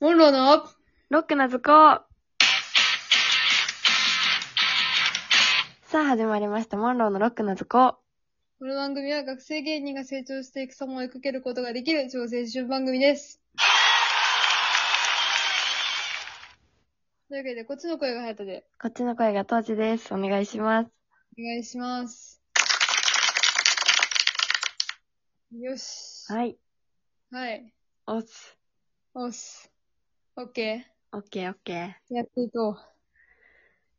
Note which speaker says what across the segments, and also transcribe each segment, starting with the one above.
Speaker 1: モンローの
Speaker 2: ロックな図工さあ始まりました。モンローのロックな図工。
Speaker 1: この番組は学生芸人が成長していく様を追いかけることができる超青春番組です。というわけで、こっちの声が隼人で、
Speaker 2: こっちの声が当時です。お願いします。
Speaker 1: お願いします。よし。
Speaker 2: はい。
Speaker 1: はい。
Speaker 2: おつ。
Speaker 1: おっす。オッケ
Speaker 2: オッケーオッケー。
Speaker 1: ー。やっていこう。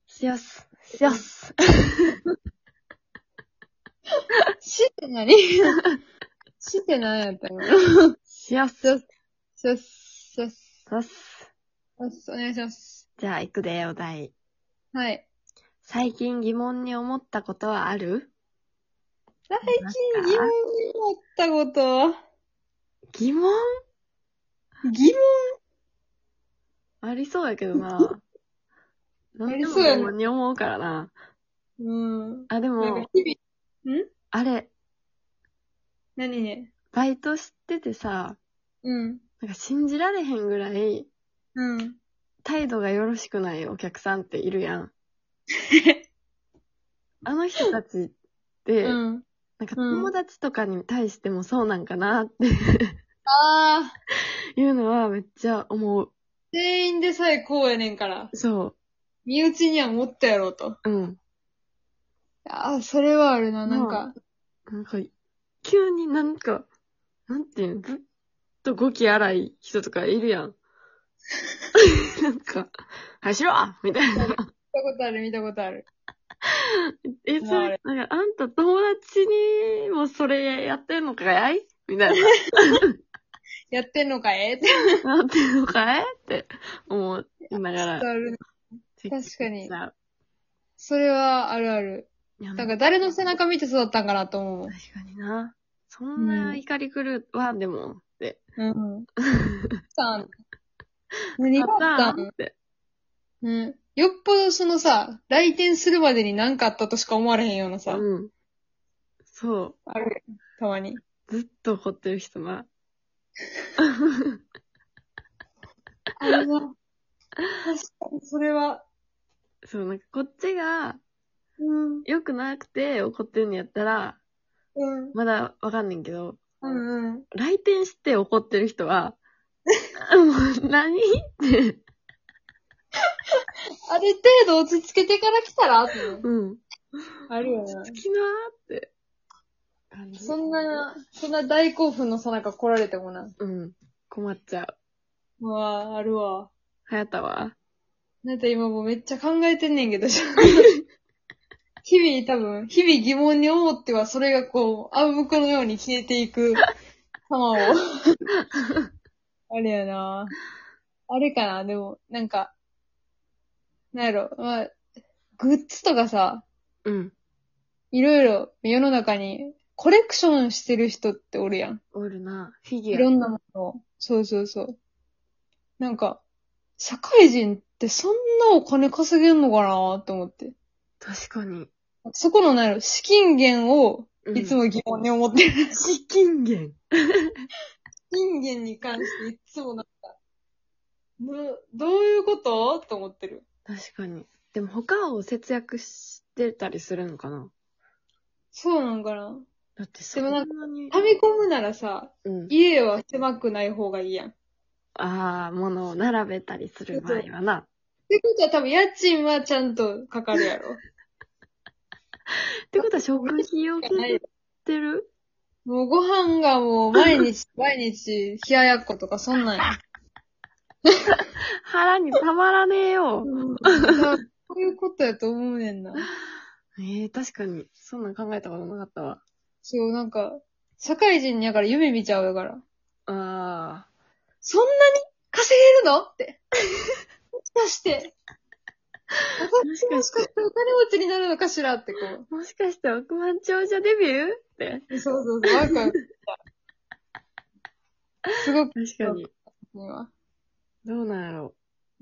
Speaker 2: しよす。しよす。
Speaker 1: 死って何 死って何やったのよ
Speaker 2: しよす。
Speaker 1: しよすししよし。
Speaker 2: そうっす。
Speaker 1: おっす。お願いします。
Speaker 2: じゃあ行くで、お題。
Speaker 1: はい。
Speaker 2: 最近疑問に思ったことはある
Speaker 1: 最
Speaker 2: な
Speaker 1: 近
Speaker 2: ん
Speaker 1: 疑
Speaker 2: か
Speaker 1: 問に思ったこと。
Speaker 2: 疑問
Speaker 1: 疑問
Speaker 2: ありそうやけど な。
Speaker 1: あり
Speaker 2: 何で
Speaker 1: そ
Speaker 2: も
Speaker 1: うや
Speaker 2: 疑
Speaker 1: な
Speaker 2: 問に思うからな。
Speaker 1: うん。
Speaker 2: あ、で
Speaker 1: なん
Speaker 2: も
Speaker 1: か、日々、ん
Speaker 2: あれ、
Speaker 1: 何ね
Speaker 2: バイトしててさ、
Speaker 1: うん。
Speaker 2: なんか信じられへんぐらい、
Speaker 1: うん。
Speaker 2: 態度がよろしくないお客さんっているや ん。あの人たちって、
Speaker 1: うん。
Speaker 2: なんか
Speaker 1: うん
Speaker 2: 友達とかに対してもそうなんかなっ
Speaker 1: あー、
Speaker 2: ていうのはめっちゃ思う。
Speaker 1: 全員でさえこうやねんから、
Speaker 2: そ
Speaker 1: 身内には持ったやろうと。
Speaker 2: う。うん。
Speaker 1: あー、それはあるな、なんか。
Speaker 2: なんか、急になんか、なんていうの、ずっと語気荒い人とかいるやん。 なんか、はいしろみた いな。
Speaker 1: 見たことある、見たことある。
Speaker 2: え、そ
Speaker 1: あ
Speaker 2: れ
Speaker 1: れ、
Speaker 2: なんか、あんた友達にもそれやってんのかいみたいな。
Speaker 1: やってんのか えって。
Speaker 2: なってんのかいって思いなが
Speaker 1: あ
Speaker 2: ら。
Speaker 1: る確かに
Speaker 2: チェックしちゃう
Speaker 1: それはあるある。
Speaker 2: いや
Speaker 1: なんか誰の背中見て育ったんかなと思う。
Speaker 2: 確かにな。そんな怒り狂うわ、でも、って。
Speaker 1: うん。さん。何があった
Speaker 2: あ
Speaker 1: ん
Speaker 2: って。
Speaker 1: うん。よっぽどそのさ、来店するまでに何かあったとしか思われへんようなさ、
Speaker 2: うん。そ
Speaker 1: ある。たまに。
Speaker 2: う。ずっと怒ってる人な。
Speaker 1: あれは、確かに、それは、
Speaker 2: そう、なんかこっちが
Speaker 1: うん、
Speaker 2: 良くなくて怒ってんのやったら、
Speaker 1: うん、
Speaker 2: まだわかんねんけど、
Speaker 1: うん、うん。
Speaker 2: 来店して怒ってる人は、 もう何って。
Speaker 1: ある程度落ち着けてから来たらっていう
Speaker 2: うん。
Speaker 1: あるよ
Speaker 2: 好
Speaker 1: ね。
Speaker 2: きなーって。
Speaker 1: そん。な、そんな大興奮のさなか来られてもな。
Speaker 2: うん。困っちゃう。
Speaker 1: うわあ、あるわ。
Speaker 2: はやたは
Speaker 1: なんか今もうめっちゃ考えてんねんけど、日々多分、日々疑問に思ってはそれがこう、暗黙のように消えていく様を。あれやなあれかなでも、なんか、なんやろ、まあ、グッズとかさ、
Speaker 2: うん。
Speaker 1: いろいろ世の中にコレクションしてる人っておるやん。
Speaker 2: おるな。フィギ
Speaker 1: い
Speaker 2: ュア。
Speaker 1: ろんなものを。そうそうそう。なんか、社会人ってそんなお金稼げんのかなと思って。
Speaker 2: 確かに。
Speaker 1: そこのなんやろ、資金源を、
Speaker 2: うん
Speaker 1: いつも疑問に思ってる。資
Speaker 2: 資金源。
Speaker 1: 金源に関していつもなんか、どどういうことと思ってる。
Speaker 2: 確かに。でも他を節約してたりするのかな
Speaker 1: そうなんかな。
Speaker 2: だってそ
Speaker 1: で
Speaker 2: ん
Speaker 1: も
Speaker 2: な
Speaker 1: な
Speaker 2: に。
Speaker 1: 溜め込むならさ、
Speaker 2: うん。
Speaker 1: 家は狭くない方がいいやん。っ
Speaker 2: ああ、物を並べたりする場合はな。
Speaker 1: てことは多分家賃はちゃんとかかるや ろ。
Speaker 2: ってことは食費を削ってる
Speaker 1: もうご飯がもう毎日、毎日、冷ややっことかそんなんや。
Speaker 2: 腹にたまらねえ
Speaker 1: そ
Speaker 2: よ。
Speaker 1: ういうことやと思うねんな。
Speaker 2: ええ確かに。そんなん考えたことなかったわ。
Speaker 1: そう、なんか、社会人やから夢見ちゃうやから。
Speaker 2: ああ。
Speaker 1: そんなに稼げるのって。もしかして。私もしかしてお金持ちになるのかしらってこう。
Speaker 2: もしかして億万長者デビューって。
Speaker 1: そうそうそう、ワクワクした。すごく
Speaker 2: 確かに。
Speaker 1: 今。
Speaker 2: どうなんやろ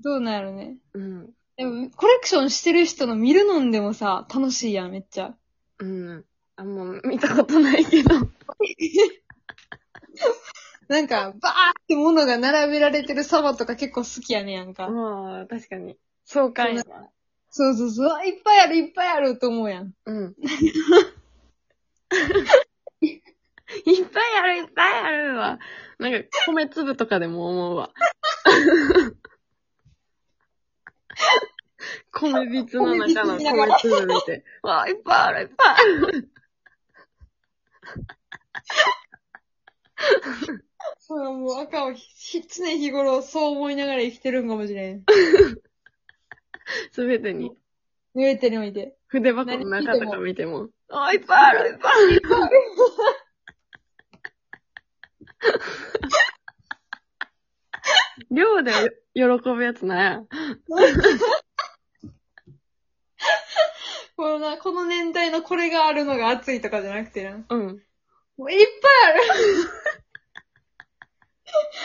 Speaker 1: どうなるね。
Speaker 2: う。うん。
Speaker 1: でも、コレクションしてる人の見るのんでもさ、楽しいやん、めっちゃ。
Speaker 2: うん。あんま見たことないけど。
Speaker 1: なんか、バーって物が並べられてる様とか結構好きやねやんか。
Speaker 2: まあ、確かに。爽快な。
Speaker 1: そうそうそう、あいっぱいあるいっぱいあると思うやん。
Speaker 2: うん。いっぱいある、いっぱいあるわ。なんか、米粒とかでも思う わ。米びつの中の米粒見て。わあ、いっぱいある、いっぱいある。
Speaker 1: そう、もう赤をひ常日頃そう思いながら生きてるんかもしれん。
Speaker 2: すべてに。
Speaker 1: 濡れてるのいて。
Speaker 2: 筆箱の中とか見ても。あ、いっぱいある、いっぱいある。量で喜ぶやつなんや。
Speaker 1: このな、この年代のこれがあるのが熱いとかじゃなくてな。
Speaker 2: うん。
Speaker 1: もういっぱいあるいっぱ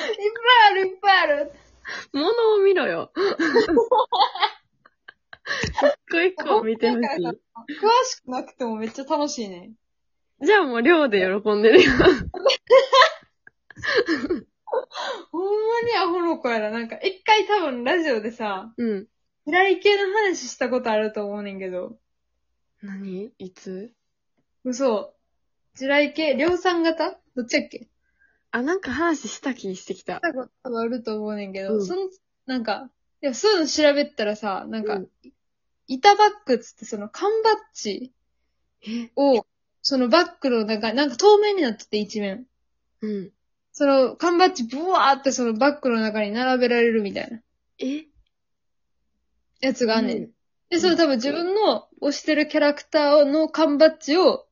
Speaker 1: いある、いっぱいある。
Speaker 2: 物を見ろよ。一個一個見てほしい。
Speaker 1: 詳しくなくてもめっちゃ楽しいね。
Speaker 2: じゃあもう量で喜んでるよ。
Speaker 1: ほんまにアホの子やな。なんか、一回多分ラジオでさ、
Speaker 2: うん。
Speaker 1: 嫌い系の話したことあると思うねんけど。
Speaker 2: 何いつ
Speaker 1: 嘘。地雷系量産型どっちやっけ
Speaker 2: あ、なんか話した気してきた。
Speaker 1: したことあると思うねんけど、
Speaker 2: うん
Speaker 1: その、なんか、いや、そういうの調べたらさ、なんか、
Speaker 2: うん
Speaker 1: 板バッグっつってその缶バッジ
Speaker 2: え
Speaker 1: を、そのバッグの中、なんか透明になってて一面。
Speaker 2: うん。
Speaker 1: その缶バッジブワーってそのバッグの中に並べられるみたいな
Speaker 2: え
Speaker 1: やつがあんねん。
Speaker 2: うん
Speaker 1: で、それ多分自分の推してるキャラクターの缶バッジを、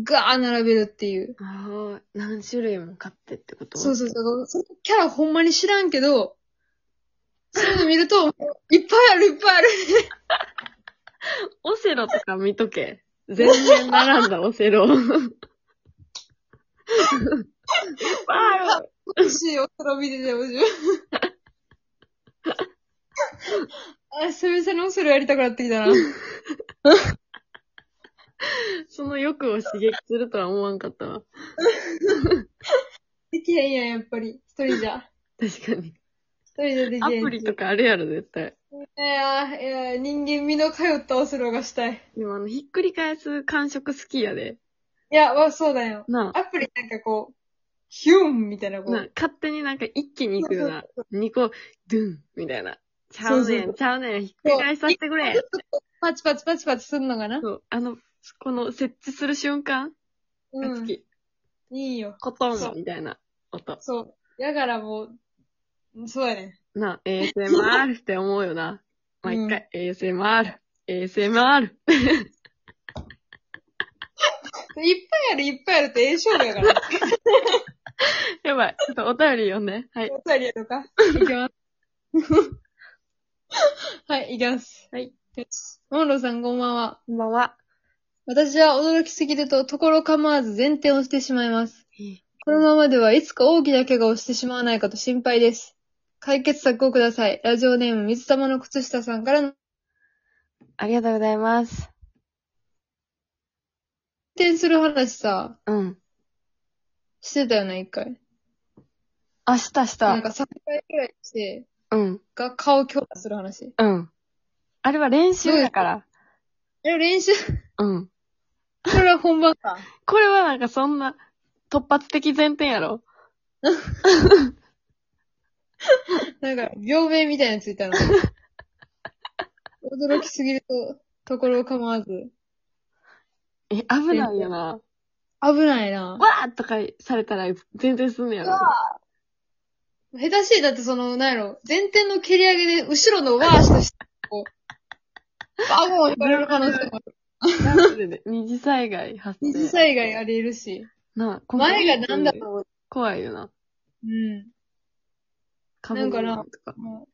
Speaker 1: ガー並べるっていう。
Speaker 2: ああ、何種類も買ってってこと
Speaker 1: そうそうそう。そのキャラほんまに知らんけど、そういうの見ると、いっぱいあるいっぱいある。
Speaker 2: オセロとか見とけ。全然並んだオセロ。いっぱいある。
Speaker 1: 欲しいお空見ててほしい。あ、久々にお空やりたくなってきたな。
Speaker 2: その欲を刺激するとは思わんかったわ。
Speaker 1: できへんやん、やっぱり。一人じゃ。
Speaker 2: 確かに。
Speaker 1: 一人じゃできへん
Speaker 2: ア
Speaker 1: し。
Speaker 2: プリとかあるやろ、絶対。
Speaker 1: いや、いや、人間身の通ったお空がしたい。
Speaker 2: でもあの、ひっくり返す感触好きやで。
Speaker 1: いや、わ、そうだよ。
Speaker 2: な
Speaker 1: アプリなんかこう、ヒュンみたいな、
Speaker 2: あ、
Speaker 1: こ
Speaker 2: なあ
Speaker 1: う。
Speaker 2: 勝手になんか一気に行くような。2個、ドゥンみたいな。ちゃ
Speaker 1: そう
Speaker 2: う
Speaker 1: そう
Speaker 2: ねん、ちゃうねん、ひっくり返させてくれ。
Speaker 1: パチパチパチパチすんのかな
Speaker 2: そう、あの、この設置する瞬間が
Speaker 1: う
Speaker 2: 好
Speaker 1: ん。
Speaker 2: き。
Speaker 1: いいよ。
Speaker 2: コト
Speaker 1: そう
Speaker 2: ンみたいな音。
Speaker 1: そう。だからもう、そうやね。
Speaker 2: な、ASMR って思うよな。
Speaker 1: うん
Speaker 2: 毎回、ASMR、ASMR。
Speaker 1: いっぱいある、いっぱいあるってええ勝負やから。
Speaker 2: やばい、ちょっとお便り読んで。はい。
Speaker 1: お便りやろうか。
Speaker 2: いきます。
Speaker 1: はい、いきます。
Speaker 2: はい。
Speaker 1: モンローさん、こんばんは。
Speaker 2: こんばんは。
Speaker 1: 私は驚きすぎると、ところ構わず前転をしてしまいます。このままではいつか大きな怪我をしてしまわないかと心配です。解決策をください。ラジオネーム、水玉の靴下さんからの
Speaker 2: ありがとうございます。
Speaker 1: 転する話さ、
Speaker 2: うん。
Speaker 1: してたよな、一回。
Speaker 2: 明日し
Speaker 1: なんか
Speaker 2: た。
Speaker 1: 3回くらいして、
Speaker 2: うん。
Speaker 1: が顔強打する話。
Speaker 2: うん。あれは練習だから。
Speaker 1: え、練習、
Speaker 2: うん。
Speaker 1: これは本番か。
Speaker 2: これはなんかそんな、突発的前提やろ。
Speaker 1: なんか、病名みたいなのついたの。驚きすぎると、ところ構わず。
Speaker 2: え、危ないよな。
Speaker 1: 危ないな。
Speaker 2: わーとかされたら全然すんのやろ。
Speaker 1: 下手しい、だってその、なんやろ、前転の蹴り上げで、後ろのワーシとして、こう、バゴン引かれる可能性もある。
Speaker 2: なんでね二次災害発生。
Speaker 1: 二次災害あり得るし、
Speaker 2: なあ、ここ
Speaker 1: 前がなんだろ
Speaker 2: 怖いよな。
Speaker 1: う。うん。
Speaker 2: 壁の前とか。
Speaker 1: も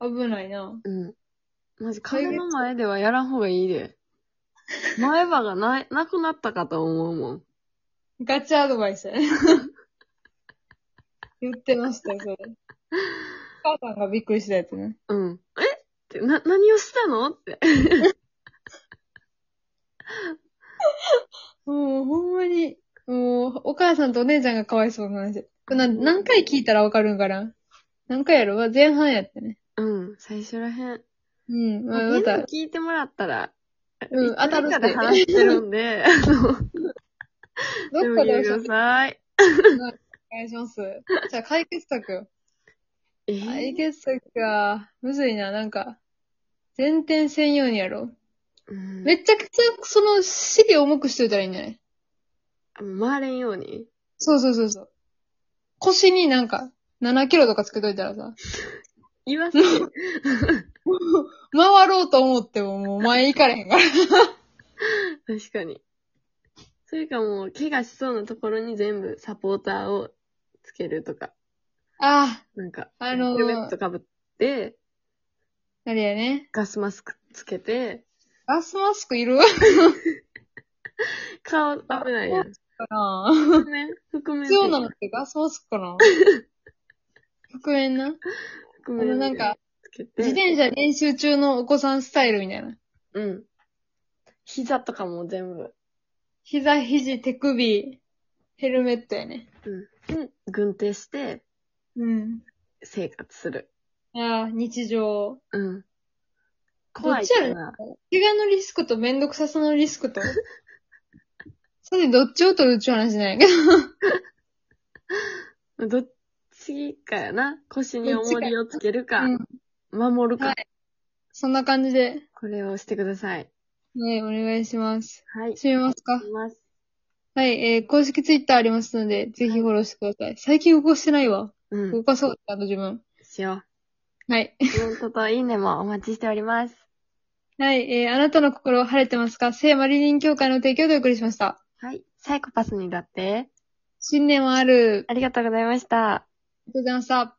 Speaker 1: う、危ないな。
Speaker 2: うん。マジ、壁の前ではやらんほうがい いで。前歯がない、なくなったかと思うもん。
Speaker 1: ガチアドバイスや ね。言ってましたよ、それ。お母さんがびっくりしたやつね。
Speaker 2: うん。えって、な、何をしたのって。
Speaker 1: もう、ほんまに、もう、お母さんとお姉ちゃんがかわいそうな話。これな何回聞いたらわかるんかな何回やろ前半やってね。
Speaker 2: うん、最初らへん。
Speaker 1: うん。まあ
Speaker 2: み
Speaker 1: ま
Speaker 2: んな
Speaker 1: た
Speaker 2: も、聞いてもらったら、
Speaker 1: うん
Speaker 2: いつか
Speaker 1: 当たるって
Speaker 2: で話し てるんで、あの、
Speaker 1: ど
Speaker 2: で
Speaker 1: っ
Speaker 2: も
Speaker 1: かで
Speaker 2: 聞
Speaker 1: 教
Speaker 2: いて
Speaker 1: え
Speaker 2: く
Speaker 1: て
Speaker 2: ださい。
Speaker 1: お願いします。じゃあ解決策よ。
Speaker 2: えー
Speaker 1: 解決策か。むずいな、なんか。前転専用にやろう。
Speaker 2: うん
Speaker 1: めっちゃくちゃ、その、尻重くしといたらいいんじゃない
Speaker 2: 回れんように。
Speaker 1: そうそうそうそう。腰になんか、7キロとかつけといたらさ、
Speaker 2: 言わせて。
Speaker 1: 回ろうと思ってももう前行かれへん から。
Speaker 2: 確かに。それかもう、怪我しそうなところに全部サポーターをつけるとか、
Speaker 1: ああ、
Speaker 2: なんか、
Speaker 1: あのー
Speaker 2: ヘルメットかぶって、
Speaker 1: あれやね。
Speaker 2: ガスマスクつけて、
Speaker 1: ガスマスクいる
Speaker 2: 顔危ないやん。
Speaker 1: かな
Speaker 2: 覆面覆面
Speaker 1: 必要なのってガスマスクか な覆面な
Speaker 2: 覆
Speaker 1: あ
Speaker 2: 面
Speaker 1: のなんか、
Speaker 2: つけて。
Speaker 1: 自転車練習中のお子さんスタイルみたいな。
Speaker 2: うん。膝とかも全部。
Speaker 1: 膝、肘、手首、ヘルメットやね。
Speaker 2: うん。軍手して、
Speaker 1: うん。
Speaker 2: 生活する。
Speaker 1: いやー、日常。
Speaker 2: うん。
Speaker 1: ど
Speaker 2: 怖
Speaker 1: っ
Speaker 2: い
Speaker 1: ちや
Speaker 2: か
Speaker 1: ろ
Speaker 2: ら。
Speaker 1: 怪我のリスクとめんどくささのリス クと。それでどっちを取るっちゅう話なんやけど。
Speaker 2: どっちかやな。腰に重りをつけるか、
Speaker 1: うん
Speaker 2: 守るか、
Speaker 1: はいそんな感じで、
Speaker 2: これをしてください。
Speaker 1: ね、お願いします。
Speaker 2: はい。
Speaker 1: 閉めますか
Speaker 2: います。
Speaker 1: はい、えー、公式ツイッターありますので、ぜひフォローしてください。最近動かしてないわ。
Speaker 2: う
Speaker 1: 動
Speaker 2: ん。
Speaker 1: かそう、あと自分。
Speaker 2: しよ
Speaker 1: はい。
Speaker 2: う。コメントといいねもお待ちしております。
Speaker 1: はい、えー、あなたの心晴れてますか聖マリリン協会の提供でお送りしました。
Speaker 2: はい。サイコパスにだって、
Speaker 1: 新年はある。
Speaker 2: ありがとうございました。
Speaker 1: ありがとうございました。